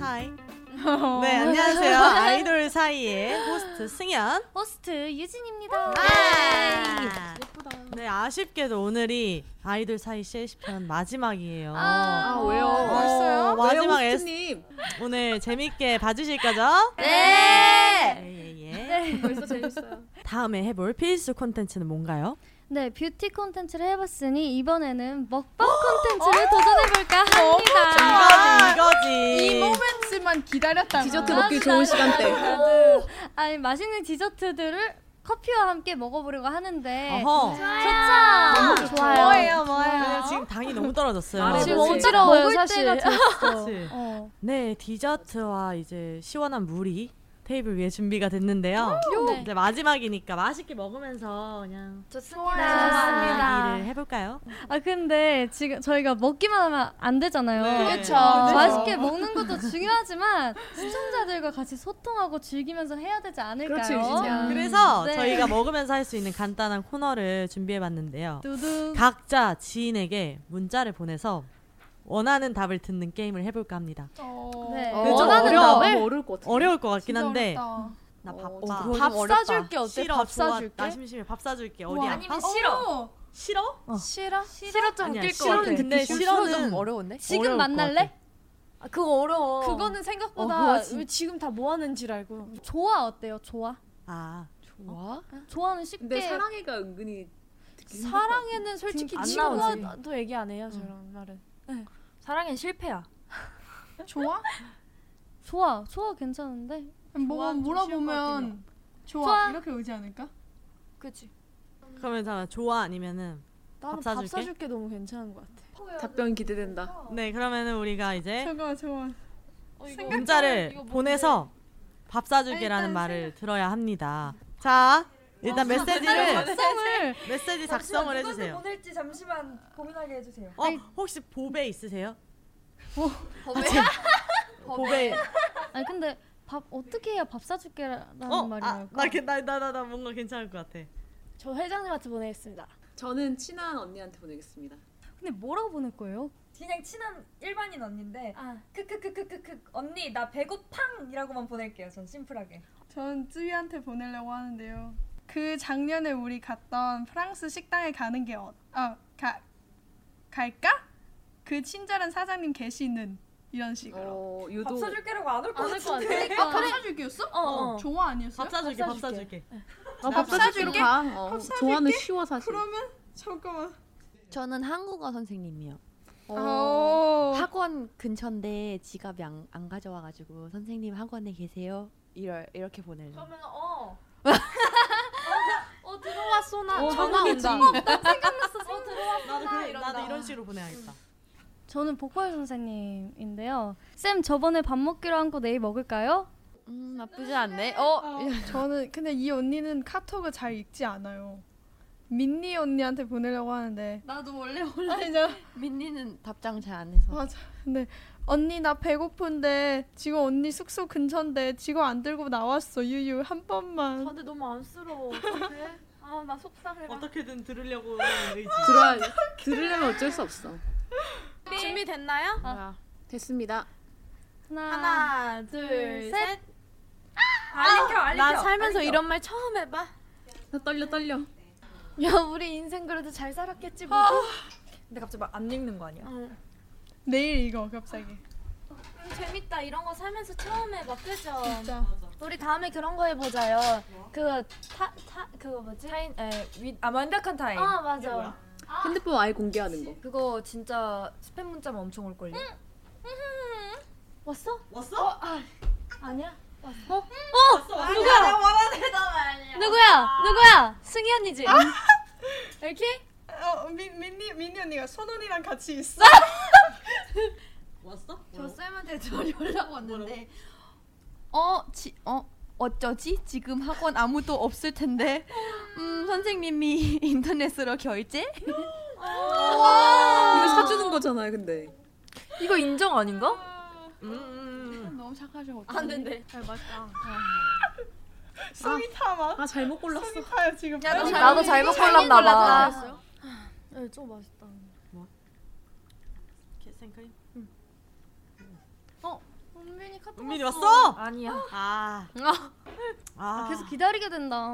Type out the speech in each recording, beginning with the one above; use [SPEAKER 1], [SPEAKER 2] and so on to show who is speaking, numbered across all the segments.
[SPEAKER 1] 하이. 네, 안녕하세요. 아이돌 사이의 호스트 승현.
[SPEAKER 2] 호스트 유진입니다.
[SPEAKER 1] 아. 네, 아쉽게도 오늘이 아이돌 사이 CLC편 마지막이에요.
[SPEAKER 2] 아, 왜요?
[SPEAKER 1] 어,
[SPEAKER 2] 벌써요?
[SPEAKER 1] 마지막 에스 오늘 재밌게 봐주실 거죠?
[SPEAKER 2] 네.
[SPEAKER 1] 예, 예.
[SPEAKER 2] 네, 벌써 재밌어요.
[SPEAKER 1] 다음에 해볼 필수 콘텐츠는 뭔가요?
[SPEAKER 2] 네, 뷰티 콘텐츠를 해봤으니 이번에는 먹방 콘텐츠를 도전해볼까 합니다.
[SPEAKER 1] 아, 이거지, 이거지.
[SPEAKER 3] 포맨츠만 기다렸다.
[SPEAKER 2] 그
[SPEAKER 3] 디저트 먹기
[SPEAKER 2] 맞아,
[SPEAKER 3] 좋은
[SPEAKER 2] 맞아,
[SPEAKER 3] 시간대.
[SPEAKER 2] 맞아. 아니 맛있는 디저트들을 커피와 함께 먹어보려고 하는데
[SPEAKER 1] 어허.
[SPEAKER 2] 좋죠. 좋아요.
[SPEAKER 1] 뭐예요, 아, 뭐예요? 지금 당이 너무 떨어졌어요.
[SPEAKER 2] 지금
[SPEAKER 3] 그치.
[SPEAKER 2] 너무 어지러워요
[SPEAKER 3] 먹을
[SPEAKER 2] 사실.
[SPEAKER 3] 때가
[SPEAKER 1] 그치?
[SPEAKER 2] 어.
[SPEAKER 1] 네, 디저트와 이제 시원한 물이 테이블 위에 준비가 됐는데요.
[SPEAKER 2] 네.
[SPEAKER 1] 이제 마지막이니까 맛있게 먹으면서 그냥
[SPEAKER 2] 좋습니다.
[SPEAKER 1] 얘기를 해볼까요?
[SPEAKER 2] 아 근데 지금 저희가 먹기만 하면 안 되잖아요.
[SPEAKER 4] 네.
[SPEAKER 2] 어,
[SPEAKER 3] 그쵸. 네.
[SPEAKER 2] 맛있게 먹는 것도 중요하지만 시청자들과 같이 소통하고 즐기면서 해야 되지 않을까요?
[SPEAKER 3] 그렇지,
[SPEAKER 4] 그렇죠,
[SPEAKER 3] 유진이야.
[SPEAKER 1] 그래서
[SPEAKER 2] 네.
[SPEAKER 1] 저희가 먹으면서 할 수 있는 간단한 코너를 준비해봤는데요.
[SPEAKER 2] 두둥.
[SPEAKER 1] 각자 지인에게 문자를 보내서 원하는 답을 듣는 게임을 해볼까 합니다.
[SPEAKER 2] 네.
[SPEAKER 3] 어,
[SPEAKER 2] 원하는
[SPEAKER 3] 어려워.
[SPEAKER 2] 답을?
[SPEAKER 3] 어려울 것 같아.
[SPEAKER 1] 어려울 것 같긴
[SPEAKER 3] 진짜
[SPEAKER 1] 한데
[SPEAKER 3] 어렵다.
[SPEAKER 1] 나
[SPEAKER 3] 어,
[SPEAKER 1] 바빠.
[SPEAKER 3] 그거
[SPEAKER 1] 밥
[SPEAKER 3] 좀 어렵다.
[SPEAKER 1] 사줄게 어때?
[SPEAKER 3] 싫어,
[SPEAKER 1] 밥
[SPEAKER 3] 좋아.
[SPEAKER 1] 사줄게. 나 심심해 밥 사줄게 어디야?
[SPEAKER 2] 아니면
[SPEAKER 1] 어,
[SPEAKER 2] 싫어.
[SPEAKER 1] 싫어?
[SPEAKER 3] 싫어?
[SPEAKER 2] 싫어 좀
[SPEAKER 1] 아니야,
[SPEAKER 2] 웃길 것
[SPEAKER 1] 싫어는
[SPEAKER 2] 같아.
[SPEAKER 1] 근데
[SPEAKER 3] 싫어
[SPEAKER 1] 싫어는-
[SPEAKER 3] 좀 어려운데?
[SPEAKER 2] 지금
[SPEAKER 1] 어려울 것
[SPEAKER 2] 만날래?
[SPEAKER 3] 아, 그거 어려워. 그거는
[SPEAKER 1] 어,
[SPEAKER 3] 생각보다
[SPEAKER 1] 그거 진-
[SPEAKER 3] 왜 지금 다 뭐 하는지 알고.
[SPEAKER 2] 좋아 어때요? 좋아.
[SPEAKER 1] 아
[SPEAKER 3] 좋아?
[SPEAKER 2] 좋아는 쉽게.
[SPEAKER 4] 근데 사랑해가 은근히 듣기 힘들 것 같아.
[SPEAKER 3] 사랑에는 솔직히
[SPEAKER 1] 안
[SPEAKER 3] 친구와도 얘기 안 해요, 저런 말은.
[SPEAKER 5] 사랑엔 실패야.
[SPEAKER 3] 좋아?
[SPEAKER 2] 좋아. 좋아 괜찮은데.
[SPEAKER 3] 뭐가
[SPEAKER 1] 좀
[SPEAKER 3] 물어보면 좋아.
[SPEAKER 2] 좋아.
[SPEAKER 3] 이렇게 오지 않을까? 그치.
[SPEAKER 1] 그러면 잠깐 좋아 아니면은
[SPEAKER 3] 나는
[SPEAKER 1] 밥
[SPEAKER 3] 밥
[SPEAKER 1] 사줄게?
[SPEAKER 3] 사줄게 너무 괜찮은 것 같아.
[SPEAKER 4] 답변 기대된다.
[SPEAKER 1] 네 그러면은 우리가 이제
[SPEAKER 3] 잠깐만, 잠깐만.
[SPEAKER 1] 어, 문자를 보내서 밥 사줄게라는 말을 들어야 합니다. 자 일단 메시지를
[SPEAKER 2] 아. 성을
[SPEAKER 1] 메시지 작성을 해주세요.
[SPEAKER 6] 보낼지 잠시만 고민하게 해주세요.
[SPEAKER 1] 어 혹시 보배 있으세요? 아, 보 보배 보배
[SPEAKER 2] 아니 근데 밥 어떻게 해야 밥 사줄게라는
[SPEAKER 5] 어, 아,
[SPEAKER 2] 말이랄까?
[SPEAKER 1] 어, 아, 어나나나나 뭔가 괜찮을 것 같아.
[SPEAKER 3] 저 회장님한테 보내겠습니다.
[SPEAKER 4] 저는 친한 언니한테 보내겠습니다.
[SPEAKER 2] 근데 뭐라고 보낼 거예요?
[SPEAKER 6] 그냥 친한 일반인 언니인데
[SPEAKER 3] 아.
[SPEAKER 6] 크크크크크크 언니 나 배고팡이라고만 보낼게요. 전 심플하게.
[SPEAKER 7] 전 쯔위한테 보내려고 하는데요. 그 작년에 우리 갔던 프랑스 식당에 가는 게 어, 어 가, 갈까? 그 친절한 사장님 계시는 이런 식으로.
[SPEAKER 4] 어
[SPEAKER 6] 밥
[SPEAKER 4] 유도
[SPEAKER 6] 사줄게라고 안 올 것 같은데.
[SPEAKER 7] 아, 밥 사줄게였어?
[SPEAKER 3] 그러니까. 어, 어.
[SPEAKER 7] 좋아 아니었어요?
[SPEAKER 1] 밥 사줄게 밥 사줄게.
[SPEAKER 7] 밥 사줄게?
[SPEAKER 4] 가. 어,
[SPEAKER 7] 사줄게?
[SPEAKER 4] 좋아하는 쉬워 사실.
[SPEAKER 7] 그러면 잠깐만.
[SPEAKER 8] 저는 한국어 선생님이요.
[SPEAKER 7] 어.
[SPEAKER 8] 학원 근처인데 지갑이 안, 안 가져와가지고 선생님 학원에 계세요? 이럴 이렇게 보내려.
[SPEAKER 6] 그러면 어.
[SPEAKER 5] 어 들어왔어 나
[SPEAKER 3] 전화 온다. 어,
[SPEAKER 6] 어,
[SPEAKER 1] 나도 그래, 나도 이런 식으로 보내야겠다.
[SPEAKER 2] 저는 보컬 선생님인데요. 쌤 저번에 밥 먹기로 한 거 내일 먹을까요?
[SPEAKER 8] 음 나쁘지 않네. 어
[SPEAKER 7] 저는 근데 이 언니는 카톡을 잘 읽지 않아요. 민니 언니한테 보내려고 하는데
[SPEAKER 3] 나도 원래
[SPEAKER 7] 아니 저
[SPEAKER 8] 민니는 답장 잘 안 해서.
[SPEAKER 7] 맞아. 근데 언니 나 배고픈데 지금 언니 그 숙소 근처인데 지금 안 들고 나왔어 유유 한 번만.
[SPEAKER 5] 근데 너무 안쓰러워. 어떡해? 아나 속상해.
[SPEAKER 1] 어떻게든 들으려고 의지.
[SPEAKER 4] 들어야 들으려면 어쩔 수 없어.
[SPEAKER 5] 준비됐나요?
[SPEAKER 4] 됐습니다.
[SPEAKER 2] 하나,
[SPEAKER 5] 하나 둘
[SPEAKER 2] 둘,
[SPEAKER 5] 셋.
[SPEAKER 2] 셋. 아,
[SPEAKER 6] 안 익혀 안 익혀.
[SPEAKER 5] 나 살면서 이런 말 처음 해봐.
[SPEAKER 4] 나 떨려 떨려.
[SPEAKER 3] 야, 우리 인생 그래도 잘 살았겠지 뭐.
[SPEAKER 2] 아,
[SPEAKER 6] 근데 갑자기 막 안 읽는 거
[SPEAKER 3] 어.
[SPEAKER 6] 아니야?
[SPEAKER 7] 내일 이거 갑자기.
[SPEAKER 5] 음, 재밌다 이런 거 살면서 처음 해봐 그죠? 우리 다음에 그런 거 해보자요. 그타타 그거 뭐지?
[SPEAKER 6] 타인 에아 완벽한 타임.
[SPEAKER 5] 아 맞아.
[SPEAKER 4] 핸드폰 아예 공개하는 거.
[SPEAKER 6] 그거 진짜 스팸 문자만 엄청 올 걸요.
[SPEAKER 5] 음. 왔어?
[SPEAKER 1] 왔어?
[SPEAKER 5] 아니야? 어?
[SPEAKER 1] 누가?
[SPEAKER 5] 아. 누구야? 누구야? 승희 언니지? 이렇게?
[SPEAKER 7] 어, 어, 민, 민니, 민니 언니가 손언니랑 같이 있어?
[SPEAKER 1] 왔어?
[SPEAKER 8] 저 쌤한테 저 연락 왔는데 어, 지, 어 어쩌지? 지금 학원 아무도 없을 텐데 음 선생님이 인터넷으로 결제?
[SPEAKER 4] 이거 사주는 거잖아요, 근데.
[SPEAKER 3] 이거 인정 아닌가?
[SPEAKER 7] 너무 착하셔
[SPEAKER 3] 안 된대.
[SPEAKER 7] 잘 맞다 송이 타마
[SPEAKER 4] 아, 잘못 골랐어.
[SPEAKER 7] 송이 타요 지금
[SPEAKER 3] 야, 너
[SPEAKER 5] 나도 잘못 골랐나 봐.
[SPEAKER 3] 네, 좀 맛있다.
[SPEAKER 1] 어, 생크림?
[SPEAKER 3] 은빈이 카톡
[SPEAKER 1] 은빈이 왔어?
[SPEAKER 3] 아니야.
[SPEAKER 1] 아. 아.
[SPEAKER 2] 계속 기다리게 된다.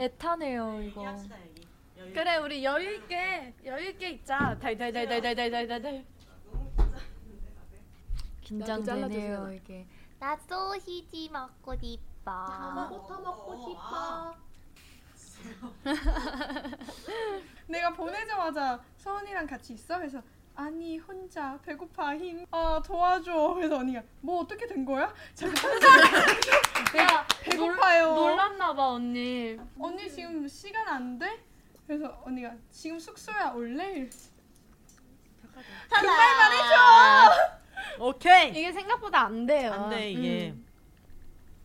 [SPEAKER 3] 애타네요 이거.
[SPEAKER 1] 시다 여기. 여기.
[SPEAKER 3] 그래 우리 여유 있게 여유 있게 있자. 달달달달달달달달.
[SPEAKER 5] 긴장되네요 이게. 나 소시지 먹고 싶어.
[SPEAKER 4] 먹고
[SPEAKER 5] 싶어.
[SPEAKER 7] 내가 보내자마자 서은이랑 같이 있어? 그래서 아니 혼자 배고파 힘아 도와줘 그래서 언니가 뭐 어떻게 된 거야? 잠깐
[SPEAKER 3] 야
[SPEAKER 2] 어.
[SPEAKER 7] 배고파요
[SPEAKER 3] 놀랐나 봐 언니.
[SPEAKER 7] 언니 지금 시간 안 돼? 그래서 언니가 지금 숙소야 올래?
[SPEAKER 5] 정말
[SPEAKER 1] 오케이.
[SPEAKER 3] 이게 생각보다 안 돼요.
[SPEAKER 1] 안 돼 이게.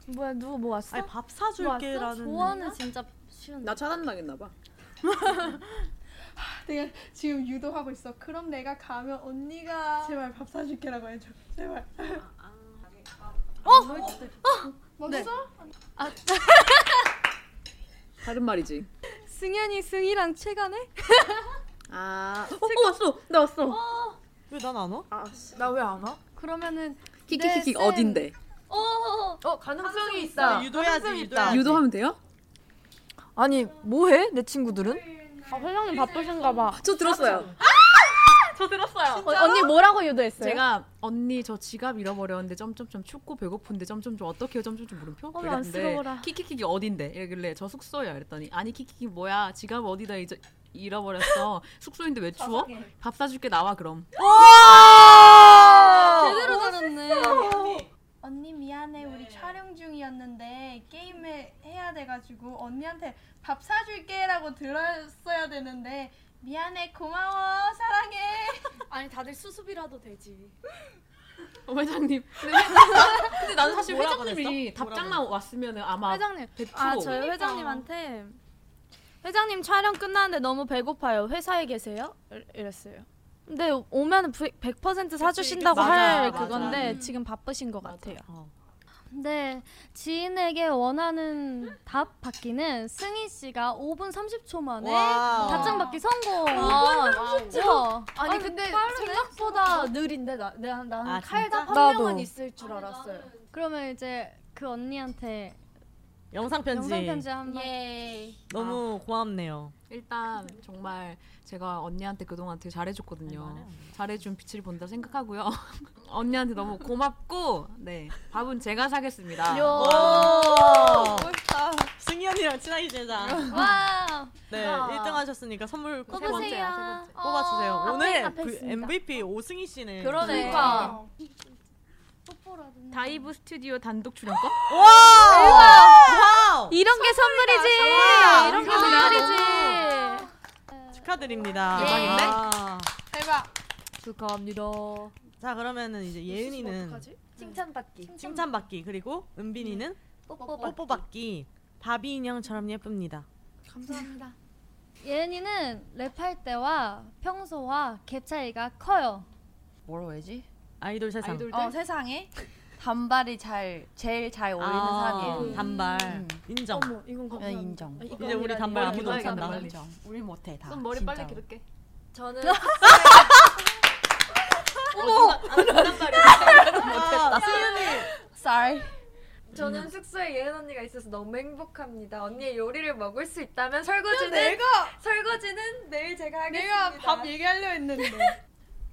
[SPEAKER 3] 뭐야 누구 뭐 왔어?
[SPEAKER 1] 아니 밥
[SPEAKER 3] 뭐 왔어?
[SPEAKER 2] 음.
[SPEAKER 1] 사줄게라는.
[SPEAKER 3] 좋아하는 진짜 쉬운.
[SPEAKER 4] 나 차단당했나 봐.
[SPEAKER 7] 내가 지금 유도하고 있어 그럼 내가 가면 언니가 제발 밥 사줄게라고 해줘 제발 어? 어? 멋있어?
[SPEAKER 4] 다른 말이지.
[SPEAKER 2] 승현이 승이랑 최간에?
[SPEAKER 4] 아. 어, 어 왔어. 나 왔어.
[SPEAKER 1] 왜 난 안 와?
[SPEAKER 8] 아,
[SPEAKER 3] 아, 나 왜 안 와?
[SPEAKER 2] 그러면은
[SPEAKER 4] 키키키키
[SPEAKER 2] 네, 쌤.
[SPEAKER 4] 어딘데?
[SPEAKER 3] 어 가능성이 있다.
[SPEAKER 1] 아, 유도해야지 유도해야지.
[SPEAKER 4] 아, 유도하면
[SPEAKER 9] 네.
[SPEAKER 4] 돼요?
[SPEAKER 3] 아니 뭐해 내 친구들은? 아 회장님 바쁘신가 봐.
[SPEAKER 4] 저
[SPEAKER 9] 아,
[SPEAKER 4] 들었어요.
[SPEAKER 3] 저 들었어요.
[SPEAKER 2] 언니 뭐라고 유도했어요?
[SPEAKER 9] 제가 언니 저 지갑 잃어버렸는데 점점점 춥고 배고픈데 점점점 어떻게요 점점점 물음표?
[SPEAKER 3] 어머, 안쓰러워라.
[SPEAKER 9] 키키키키 어딘데? 이러길래 저 숙소야 이랬더니 아니 키키키 뭐야 지갑 어디다 잊어, 잃어버렸어 숙소인데 왜 추워? 밥 사줄게 나와 그럼
[SPEAKER 2] 제대로
[SPEAKER 3] 어.
[SPEAKER 2] 다뤘네.
[SPEAKER 7] 언니
[SPEAKER 3] 네.
[SPEAKER 7] 미안해 우리 촬영 중이었는데 게임을 해야 돼가지고 언니한테 밥 사줄게라고 들었어야 되는데 미안해 고마워 사랑해
[SPEAKER 3] 아니 다들 수습이라도 되지.
[SPEAKER 9] 어, 회장님 근데, 근데 나는 사실
[SPEAKER 1] 뭐라고
[SPEAKER 9] 회장님이
[SPEAKER 1] 그랬어?
[SPEAKER 9] 답장만 왔으면 아마
[SPEAKER 3] 회장님.
[SPEAKER 9] 100%
[SPEAKER 3] 아 저희 회장님한테 회장님 촬영 끝나는데 너무 배고파요. 회사에 계세요? 이- 이랬어요. 근데 오면 100% 사주신다고
[SPEAKER 1] 맞아,
[SPEAKER 3] 할
[SPEAKER 1] 맞아.
[SPEAKER 3] 그건데 지금 바쁘신 것 같아요. 어.
[SPEAKER 2] 네, 지인에게 원하는 답 받기는 승희 씨가 5분 30초
[SPEAKER 1] 네.
[SPEAKER 2] 만에
[SPEAKER 1] 와우.
[SPEAKER 2] 답장 받기 성공. 아,
[SPEAKER 3] 와. 아니,
[SPEAKER 2] 아니,
[SPEAKER 3] 근데
[SPEAKER 2] 빠르네.
[SPEAKER 3] 생각보다 느린데 나, 나, 나는
[SPEAKER 1] 아,
[SPEAKER 3] 칼답
[SPEAKER 1] 진짜?
[SPEAKER 3] 한 명은 있을 줄 알았어요.
[SPEAKER 2] 그러면 이제 그 언니한테
[SPEAKER 1] 영상 편지.
[SPEAKER 2] 영상 편지 한 번.
[SPEAKER 3] 예.
[SPEAKER 1] 너무 고맙네요.
[SPEAKER 9] 일단 정말 제가 언니한테 그동안 되게
[SPEAKER 1] 아니,
[SPEAKER 9] 잘해줬거든요.
[SPEAKER 1] 말해요.
[SPEAKER 9] 잘해준 빛을 본다 생각하고요. 언니한테 너무 고맙고 네 밥은 제가 사겠습니다.
[SPEAKER 1] 멋있다. 승희 언니랑 친하게 지내자.
[SPEAKER 2] 와.
[SPEAKER 1] 네, 1등 하셨으니까 선물
[SPEAKER 2] 세
[SPEAKER 1] 쿠폰
[SPEAKER 9] 어,
[SPEAKER 2] 번째야, 세 번째.
[SPEAKER 1] 뽑아주세요.
[SPEAKER 2] 어, 앞에-
[SPEAKER 1] 오늘
[SPEAKER 2] 앞에
[SPEAKER 1] 그
[SPEAKER 2] 있습니다.
[SPEAKER 1] MVP 오승희 씨는
[SPEAKER 3] 그러네.
[SPEAKER 7] 그러니까.
[SPEAKER 2] 예. 뽀뽀라든지.
[SPEAKER 9] 다이브 스튜디오 단독 출연권?
[SPEAKER 1] 와! 와우!
[SPEAKER 2] 이런 게 선물이지. 이런 게 선물이지.
[SPEAKER 1] 축하드립니다.
[SPEAKER 9] 대박인데?
[SPEAKER 1] 아.
[SPEAKER 7] 대박
[SPEAKER 3] 축하합니다.
[SPEAKER 1] 자, 그러면은 이제 예은이는
[SPEAKER 5] 칭찬받기.
[SPEAKER 1] 칭찬받기 그리고 은빈이는
[SPEAKER 5] 뽀뽀받기.
[SPEAKER 1] 뽀뽀받기. 바비 인형처럼 예쁩니다.
[SPEAKER 3] 감사합니다.
[SPEAKER 2] 예은이는 랩할 때와 평소와 갭 차이가 커요.
[SPEAKER 8] 뭐라고 해야지?
[SPEAKER 1] 아이돌 세상.
[SPEAKER 9] 아이돌들?
[SPEAKER 8] 어 세상에 단발이 잘 제일 잘 어울리는
[SPEAKER 1] 아,
[SPEAKER 8] 사람이에요.
[SPEAKER 1] 단발.
[SPEAKER 8] 음.
[SPEAKER 1] 인정.
[SPEAKER 3] 어머, 이건
[SPEAKER 8] 예,
[SPEAKER 3] 감사합니다.
[SPEAKER 8] 인정.
[SPEAKER 3] 아, 이건
[SPEAKER 1] 이제 우리
[SPEAKER 3] 아니라
[SPEAKER 1] 단발
[SPEAKER 3] 이건
[SPEAKER 1] 아무도 안
[SPEAKER 3] 아니라
[SPEAKER 1] 산다.
[SPEAKER 3] 이건
[SPEAKER 8] 인정. 우리 못해 다.
[SPEAKER 9] 그럼 머리 빨리
[SPEAKER 8] 진짜로.
[SPEAKER 9] 기를게.
[SPEAKER 3] 저는
[SPEAKER 1] 아,
[SPEAKER 8] Sorry.
[SPEAKER 7] 음.
[SPEAKER 3] 저는 숙소에 예은 언니가 있어서 너무 행복합니다. 언니의 요리를 먹을 수 있다면 설거지는 내가 설거지는 내일 제가 하겠습니다.
[SPEAKER 7] 내가 밥 얘기하려 했는데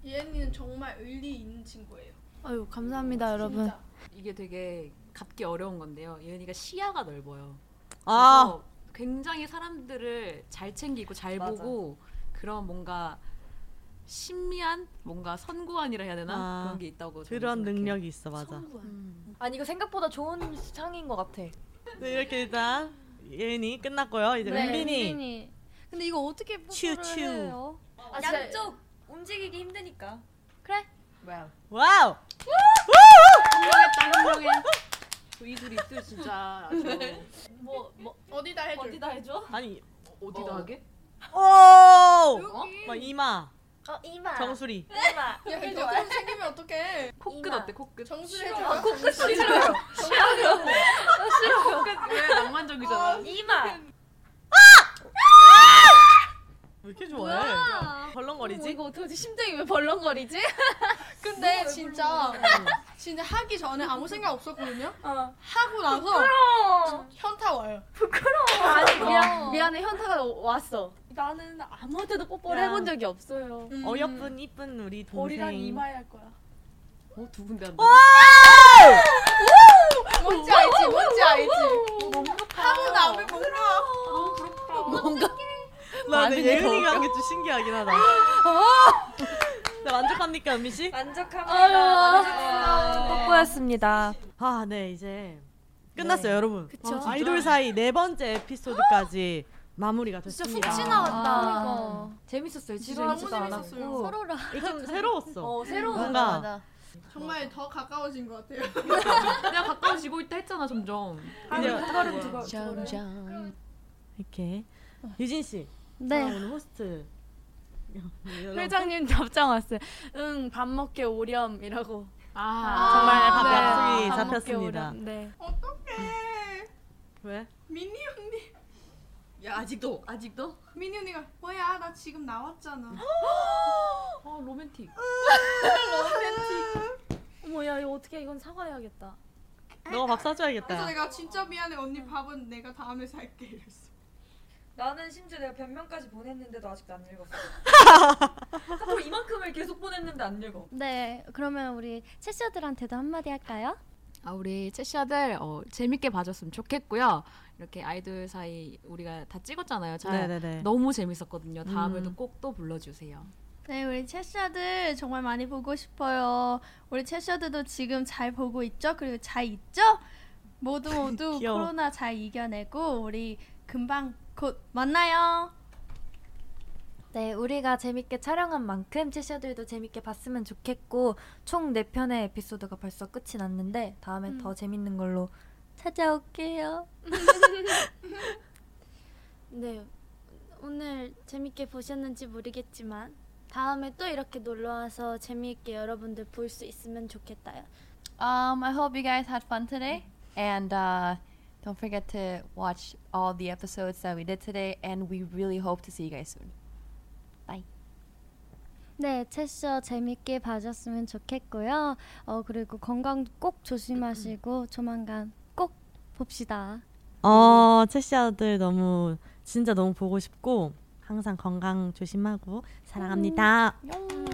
[SPEAKER 7] 이언니는 정말 의리 있는 친구예요
[SPEAKER 3] 아유 감사합니다 여러분.
[SPEAKER 7] 진짜.
[SPEAKER 9] 이게 되게 갚기 어려운 건데요. 예은이가 시야가 넓어요.
[SPEAKER 1] 아,
[SPEAKER 9] 그래서 굉장히 사람들을 잘 챙기고 잘
[SPEAKER 8] 맞아.
[SPEAKER 9] 보고 그런 뭔가 신미한 뭔가 선구안이라 해야 되나
[SPEAKER 1] 아,
[SPEAKER 9] 그런 게 있다고 저는
[SPEAKER 1] 그런
[SPEAKER 9] 생각해요.
[SPEAKER 1] 능력이 있어, 맞아.
[SPEAKER 3] 아니 이거 생각보다 좋은 상인 것 같아.
[SPEAKER 1] 네, 이렇게 일단 예은이 끝났고요. 이제
[SPEAKER 2] 네,
[SPEAKER 1] 은빈이.
[SPEAKER 2] 은빈이. 근데 이거 어떻게 뽀뽀를
[SPEAKER 1] 치우, 치우.
[SPEAKER 2] 해요?
[SPEAKER 10] 아,
[SPEAKER 11] 진짜-
[SPEAKER 10] 양쪽 움직이기 힘드니까.
[SPEAKER 11] 그래.
[SPEAKER 10] 와우.
[SPEAKER 1] 와우.
[SPEAKER 10] 성공했다 성공해.
[SPEAKER 9] 이들 이들 진짜 아주
[SPEAKER 12] 뭐, 뭐 어디다 해줘? 어디다 해줘?
[SPEAKER 1] 아니
[SPEAKER 9] 어디다 하게?
[SPEAKER 1] 오!
[SPEAKER 9] 여기.
[SPEAKER 1] 막 이마.
[SPEAKER 12] 어 이마.
[SPEAKER 1] 정수리.
[SPEAKER 12] 이마.
[SPEAKER 7] 야, 근데 그런 생기면 어떡해.
[SPEAKER 9] 코끝 어때, 코끝?
[SPEAKER 7] 정수리 좀.
[SPEAKER 9] 아, 코끝 싫어요. 싫어요. 싫어요. 코끝 왜 낭만적이잖아.
[SPEAKER 10] 이마.
[SPEAKER 1] 왜 이렇게
[SPEAKER 13] 뭐야?
[SPEAKER 1] 좋아해? 벌렁거리지?
[SPEAKER 13] 이거
[SPEAKER 7] 어떡하지? 뭐 심장이 왜 벌렁거리지? 근데 네,
[SPEAKER 12] 어.
[SPEAKER 7] 진짜 진짜 하기 전에 아무 생각 없었거든요. 하고 나서
[SPEAKER 12] 부끄러워.
[SPEAKER 7] 현타 와요.
[SPEAKER 12] 아니
[SPEAKER 7] 어.
[SPEAKER 12] 미안 미안해 현타가 오- 왔어. 나는 아무한테도 뽀뽀를
[SPEAKER 1] 야.
[SPEAKER 12] 해본 적이 없어요.
[SPEAKER 1] 어여쁜 이쁜 우리 동생.
[SPEAKER 12] 머리랑 이마에 할 거야.
[SPEAKER 9] 어, 두 군데 한
[SPEAKER 1] 와!
[SPEAKER 7] 뭔지 알지? 뭔지 알지?
[SPEAKER 9] 하고
[SPEAKER 7] 나면 뭔가
[SPEAKER 1] 뭔가 나
[SPEAKER 9] 마음이
[SPEAKER 1] 근데 예은이가
[SPEAKER 9] 더울까?
[SPEAKER 1] 한 게 좀 신기하긴 하다. 나 만족합니까 은미 씨?
[SPEAKER 7] 아.
[SPEAKER 10] 만족합니다.
[SPEAKER 1] 뽀뽀였습니다. 아, 네 이제 끝났어요
[SPEAKER 10] 네.
[SPEAKER 1] 여러분.
[SPEAKER 10] 그쵸. 아, 진짜?
[SPEAKER 1] 아이돌 사이 네 번째 에피소드까지 마무리가 됐습니다.
[SPEAKER 9] 재밌었어요.
[SPEAKER 1] 지루하지도
[SPEAKER 9] 너무
[SPEAKER 1] 않았고.
[SPEAKER 9] 재밌었어요.
[SPEAKER 7] 서로라.
[SPEAKER 1] 좀 새로웠어.
[SPEAKER 9] 어, 새로웠어.
[SPEAKER 12] 그러니까.
[SPEAKER 1] 뭔가
[SPEAKER 9] 맞아,
[SPEAKER 7] 정말 더 가까워진 것 같아요.
[SPEAKER 9] 내가 가까워지고 있다 했잖아 점점.
[SPEAKER 1] 이제
[SPEAKER 9] 한 걸음 두 걸음.
[SPEAKER 1] 점점. 이렇게 유진 씨.
[SPEAKER 12] 네.
[SPEAKER 1] 아, 오늘 호스트.
[SPEAKER 2] 아,
[SPEAKER 12] 회장님 답장 왔어요. 응 밥 먹게 오렴이라고.
[SPEAKER 9] 아,
[SPEAKER 1] 정말 밥
[SPEAKER 12] 네.
[SPEAKER 1] 약속이
[SPEAKER 2] 아,
[SPEAKER 12] 밥 먹게
[SPEAKER 1] 잡혔습니다.
[SPEAKER 12] 오렴. 네.
[SPEAKER 2] 어,
[SPEAKER 1] 왜?
[SPEAKER 7] 미니 언니.
[SPEAKER 9] 야 아직도 아직도?
[SPEAKER 7] 미니 언니가 뭐야 나 지금 나왔잖아.
[SPEAKER 9] 어 로맨틱.
[SPEAKER 12] 어머 야 이거 어떻게 이건 사과해야겠다.
[SPEAKER 1] 너가 밥
[SPEAKER 7] 그래서
[SPEAKER 1] 사줘야겠다.
[SPEAKER 7] 내가 진짜 미안해 언니 밥은 내가 다음에 살게 이랬어.
[SPEAKER 10] 나는 심지어 내가 변명까지 보냈는데도 아직도 안 읽었어. 앞으로 이만큼을 계속 보냈는데 안 읽어.
[SPEAKER 11] 네, 그러면 우리 채셔들한테도 한마디 할까요?
[SPEAKER 9] 아, 우리 채시아들 어, 재밌게 봐줬으면 좋겠고요. 이렇게 아이돌 사이 우리가 다 찍었잖아요. 잘
[SPEAKER 1] 네네네.
[SPEAKER 9] 너무 재밌었거든요. 다음에도
[SPEAKER 1] 음.
[SPEAKER 9] 꼭 또 불러주세요.
[SPEAKER 14] 네, 우리 채샤들 정말 많이 보고 싶어요. 우리 채샤들도 지금 잘 보고 있죠? 그리고 잘 있죠? 모두 모두
[SPEAKER 1] 귀여워.
[SPEAKER 14] 코로나 잘 이겨내고 우리 금방 곧 만나요.
[SPEAKER 15] 네, 우리가 재밌게 촬영한 만큼 채셔들도 재밌게 봤으면 좋겠고 총 4편의 에피소드가 벌써 끝이 났는데 다음에 더 재밌는 걸로 찾아올게요.
[SPEAKER 2] 네, 오늘 재밌게 보셨는지 모르겠지만 다음에 또 이렇게 놀러 와서 재미있게 여러분들 볼 수 있으면 좋겠다요.
[SPEAKER 8] Um, I hope you guys had fun today. And uh, don't forget to watch all the episodes that we did today. And we really hope to see you guys soon. Bye.
[SPEAKER 2] 네, 채쇼 재밌게 봐줬으면 좋겠고요. 어 그리고 건강 꼭 조심하시고 조만간 꼭 봅시다.
[SPEAKER 1] 어, 채시아들 너무 진짜 너무 보고 싶고 항상 건강 조심하고 사랑합니다.
[SPEAKER 14] 음.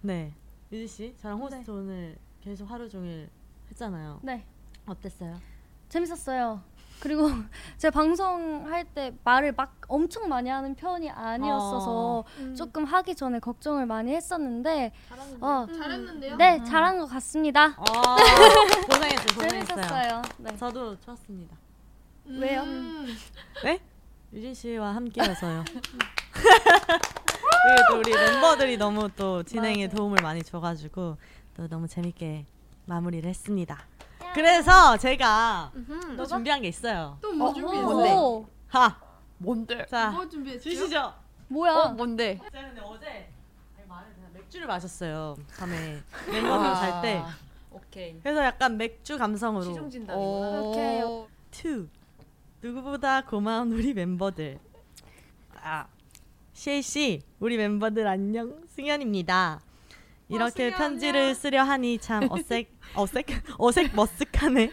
[SPEAKER 1] 네. 유지 씨, 저랑 호스트 오늘 계속 하루 종일 했잖아요.
[SPEAKER 2] 네.
[SPEAKER 1] 어땠어요?
[SPEAKER 2] 재밌었어요. 그리고 제가 방송할 때 말을 막 엄청 많이 하는 편이 아니었어서
[SPEAKER 1] 어. 음.
[SPEAKER 2] 조금 하기 전에 걱정을 많이 했었는데 잘했는데. 어,
[SPEAKER 7] 잘했는데요?
[SPEAKER 2] 네,
[SPEAKER 7] 음.
[SPEAKER 2] 잘한 것 같습니다.
[SPEAKER 1] 어, 고생했어요. 고생했어요.
[SPEAKER 2] 재밌었어요. 네.
[SPEAKER 1] 저도 좋았습니다.
[SPEAKER 2] 왜요?
[SPEAKER 1] 네? 유진 씨와 함께여서요. 그리고 또 우리 멤버들이 너무 또 진행에 도움을 많이 줘가지고 또 너무 재밌게 마무리를 했습니다. 그래서 제가 또
[SPEAKER 7] 너가?
[SPEAKER 1] 준비한 게 있어요.
[SPEAKER 7] 또뭐
[SPEAKER 1] 어,
[SPEAKER 7] 준비했어?
[SPEAKER 1] 뭔데? 하. 뭔데? 자,
[SPEAKER 7] 뭐 준비했죠?
[SPEAKER 1] 주시죠.
[SPEAKER 2] 뭐야?
[SPEAKER 1] 어, 뭔데? 제가 근데 어제 아니, 말을 그냥 맥주를 마셨어요. 밤에
[SPEAKER 7] 아.
[SPEAKER 1] 멤버들 잘 때.
[SPEAKER 9] 오케이.
[SPEAKER 1] 그래서 약간 맥주 감성으로.
[SPEAKER 16] 어.
[SPEAKER 9] 시종진담이구나. 오케이.
[SPEAKER 1] 투. 누구보다 고마운 우리 멤버들. 아. 실 씨, 우리 멤버들 안녕. 승현입니다.
[SPEAKER 17] 어,
[SPEAKER 1] 이렇게
[SPEAKER 17] 승현
[SPEAKER 1] 편지를 쓰려 하니 참 어색 어색 어색 머쓱하네.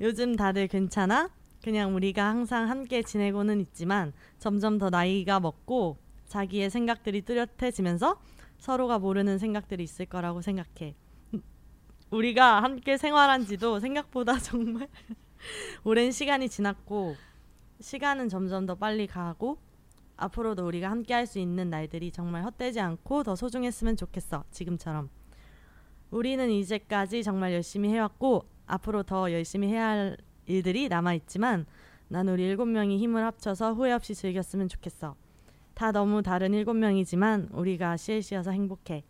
[SPEAKER 1] 요즘 다들 괜찮아? 그냥 우리가 항상 함께 지내고는 있지만 점점 더 나이가 먹고 자기의 생각들이 뚜렷해지면서 서로가 모르는 생각들이 있을 거라고 생각해. 음, 우리가 함께 생활한 지도 생각보다 정말 오랜 시간이 지났고 시간은 점점 더 빨리 가고 앞으로도 우리가 함께 할 수 있는 날들이 정말 헛되지 않고 더 소중했으면 좋겠어. 지금처럼. 우리는 이제까지 정말 열심히 해왔고 앞으로 더 열심히 해야 할 일들이 남아 있지만 난 우리 일곱 명이 힘을 합쳐서 후회 없이 즐겼으면 좋겠어. 다 너무 다른 일곱 명이지만 우리가 CLC여서 행복해.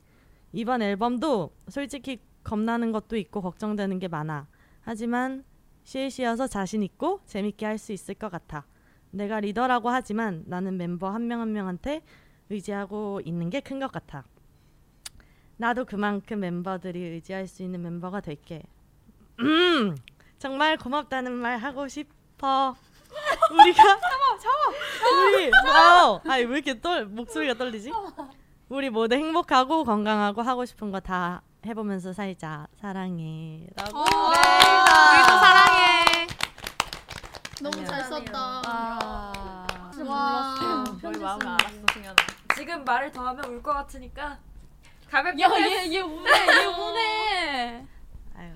[SPEAKER 1] 이번 앨범도 솔직히 겁나는 것도 있고 걱정되는 게 많아. 하지만 CLC여서 자신 있고 재밌게 할 수 있을 것 같아. 내가 리더라고 하지만 나는 멤버 한 명 한 명한테 의지하고 있는 게 큰 것 같아. 나도 그만큼 멤버들이 의지할 수 있는 멤버가 될게. 음, 정말 고맙다는 말 하고 싶어. 우리가
[SPEAKER 3] 참아 참아
[SPEAKER 1] 우리 와우. 아니 왜 이렇게 떨 목소리가 떨리지? 우리 모두 행복하고 건강하고 하고 싶은 거 다 해보면서 살자. 사랑해. 라고.
[SPEAKER 3] 우리도 사랑해.
[SPEAKER 16] 너무 잘 썼다.
[SPEAKER 9] 너희 마음을 알았어, 승현아.
[SPEAKER 6] 지금 말을 더하면 울 것 같으니까 가볍게.
[SPEAKER 3] 야,
[SPEAKER 16] 예,
[SPEAKER 3] 얘, 얘 우네, 얘 우네.
[SPEAKER 1] 아유.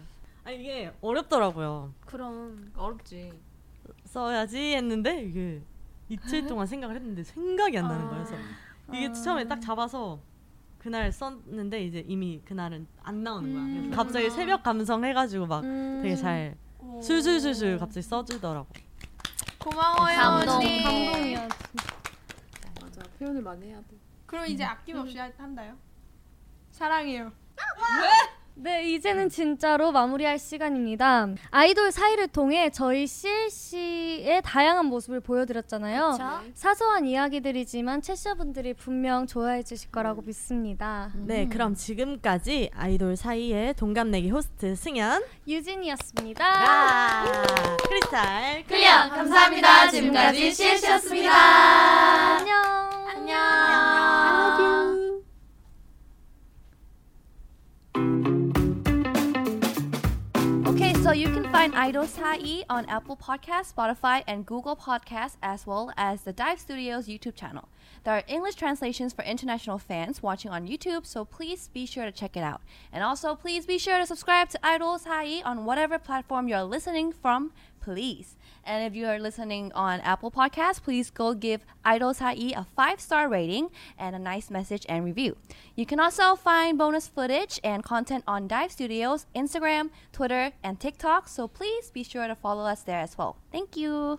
[SPEAKER 1] 아 이게 어렵더라고요.
[SPEAKER 18] 그럼
[SPEAKER 9] 어렵지.
[SPEAKER 1] 써야지 했는데 이게 이틀 동안 생각을 했는데 생각이 안 나는 거예요. 그래서 이게
[SPEAKER 9] 아.
[SPEAKER 1] 처음에 딱 잡아서 그날 썼는데 이제 이미 그날은 안 나오는 거야.
[SPEAKER 9] 음.
[SPEAKER 1] 그래서 갑자기 새벽 감성 해가지고 막 되게 잘 술술술술 갑자기 써주더라고.
[SPEAKER 16] 고마워요
[SPEAKER 1] 감동,
[SPEAKER 16] 언니.
[SPEAKER 1] 감동이야,
[SPEAKER 4] 맞아 표현을 많이 해야 돼.
[SPEAKER 16] 그럼 이제 아낌없이 하- 한다요? 사랑해요.
[SPEAKER 2] 네, 이제는 진짜로 마무리할 시간입니다. 아이돌 사이를 통해 저희 CLC의 다양한 모습을 보여드렸잖아요.
[SPEAKER 18] 그쵸?
[SPEAKER 2] 사소한 이야기들이지만 채셔분들이 분명 좋아해 주실 거라고 믿습니다.
[SPEAKER 1] 네, 그럼 지금까지 아이돌 사이의 동갑내기 호스트 승현,
[SPEAKER 2] 유진이었습니다.
[SPEAKER 1] 크리스탈,
[SPEAKER 2] 클리어, 감사합니다. 지금까지 CLC였습니다. 안녕.
[SPEAKER 18] 안녕. I love you.
[SPEAKER 8] Okay, so you can find Idol Sai on Apple Podcasts, Spotify, and Google Podcasts, as well as the Dive Studios YouTube channel. There are English translations for international fans watching on YouTube, so please be sure to check it out. And also, please be sure to subscribe to Idol Sai on whatever platform you're listening from, please. And if you are listening on Apple Podcasts, please go give Idol Sai a five star rating and a nice message and review. You can also find bonus footage and content on Dive Studios, Instagram, Twitter, and TikTok, so please be sure to follow us there as well. Thank you.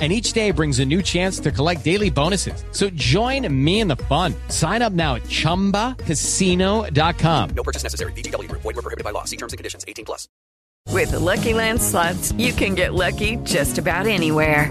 [SPEAKER 19] And each day brings a new chance to collect daily bonuses. So join me in the fun. Sign up now at chumbacasino.com.
[SPEAKER 20] No purchase necessary. VGW Group. Void were prohibited by law. See terms and conditions. 18 plus.
[SPEAKER 21] With Lucky Land slots, you can get lucky just about anywhere.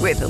[SPEAKER 21] With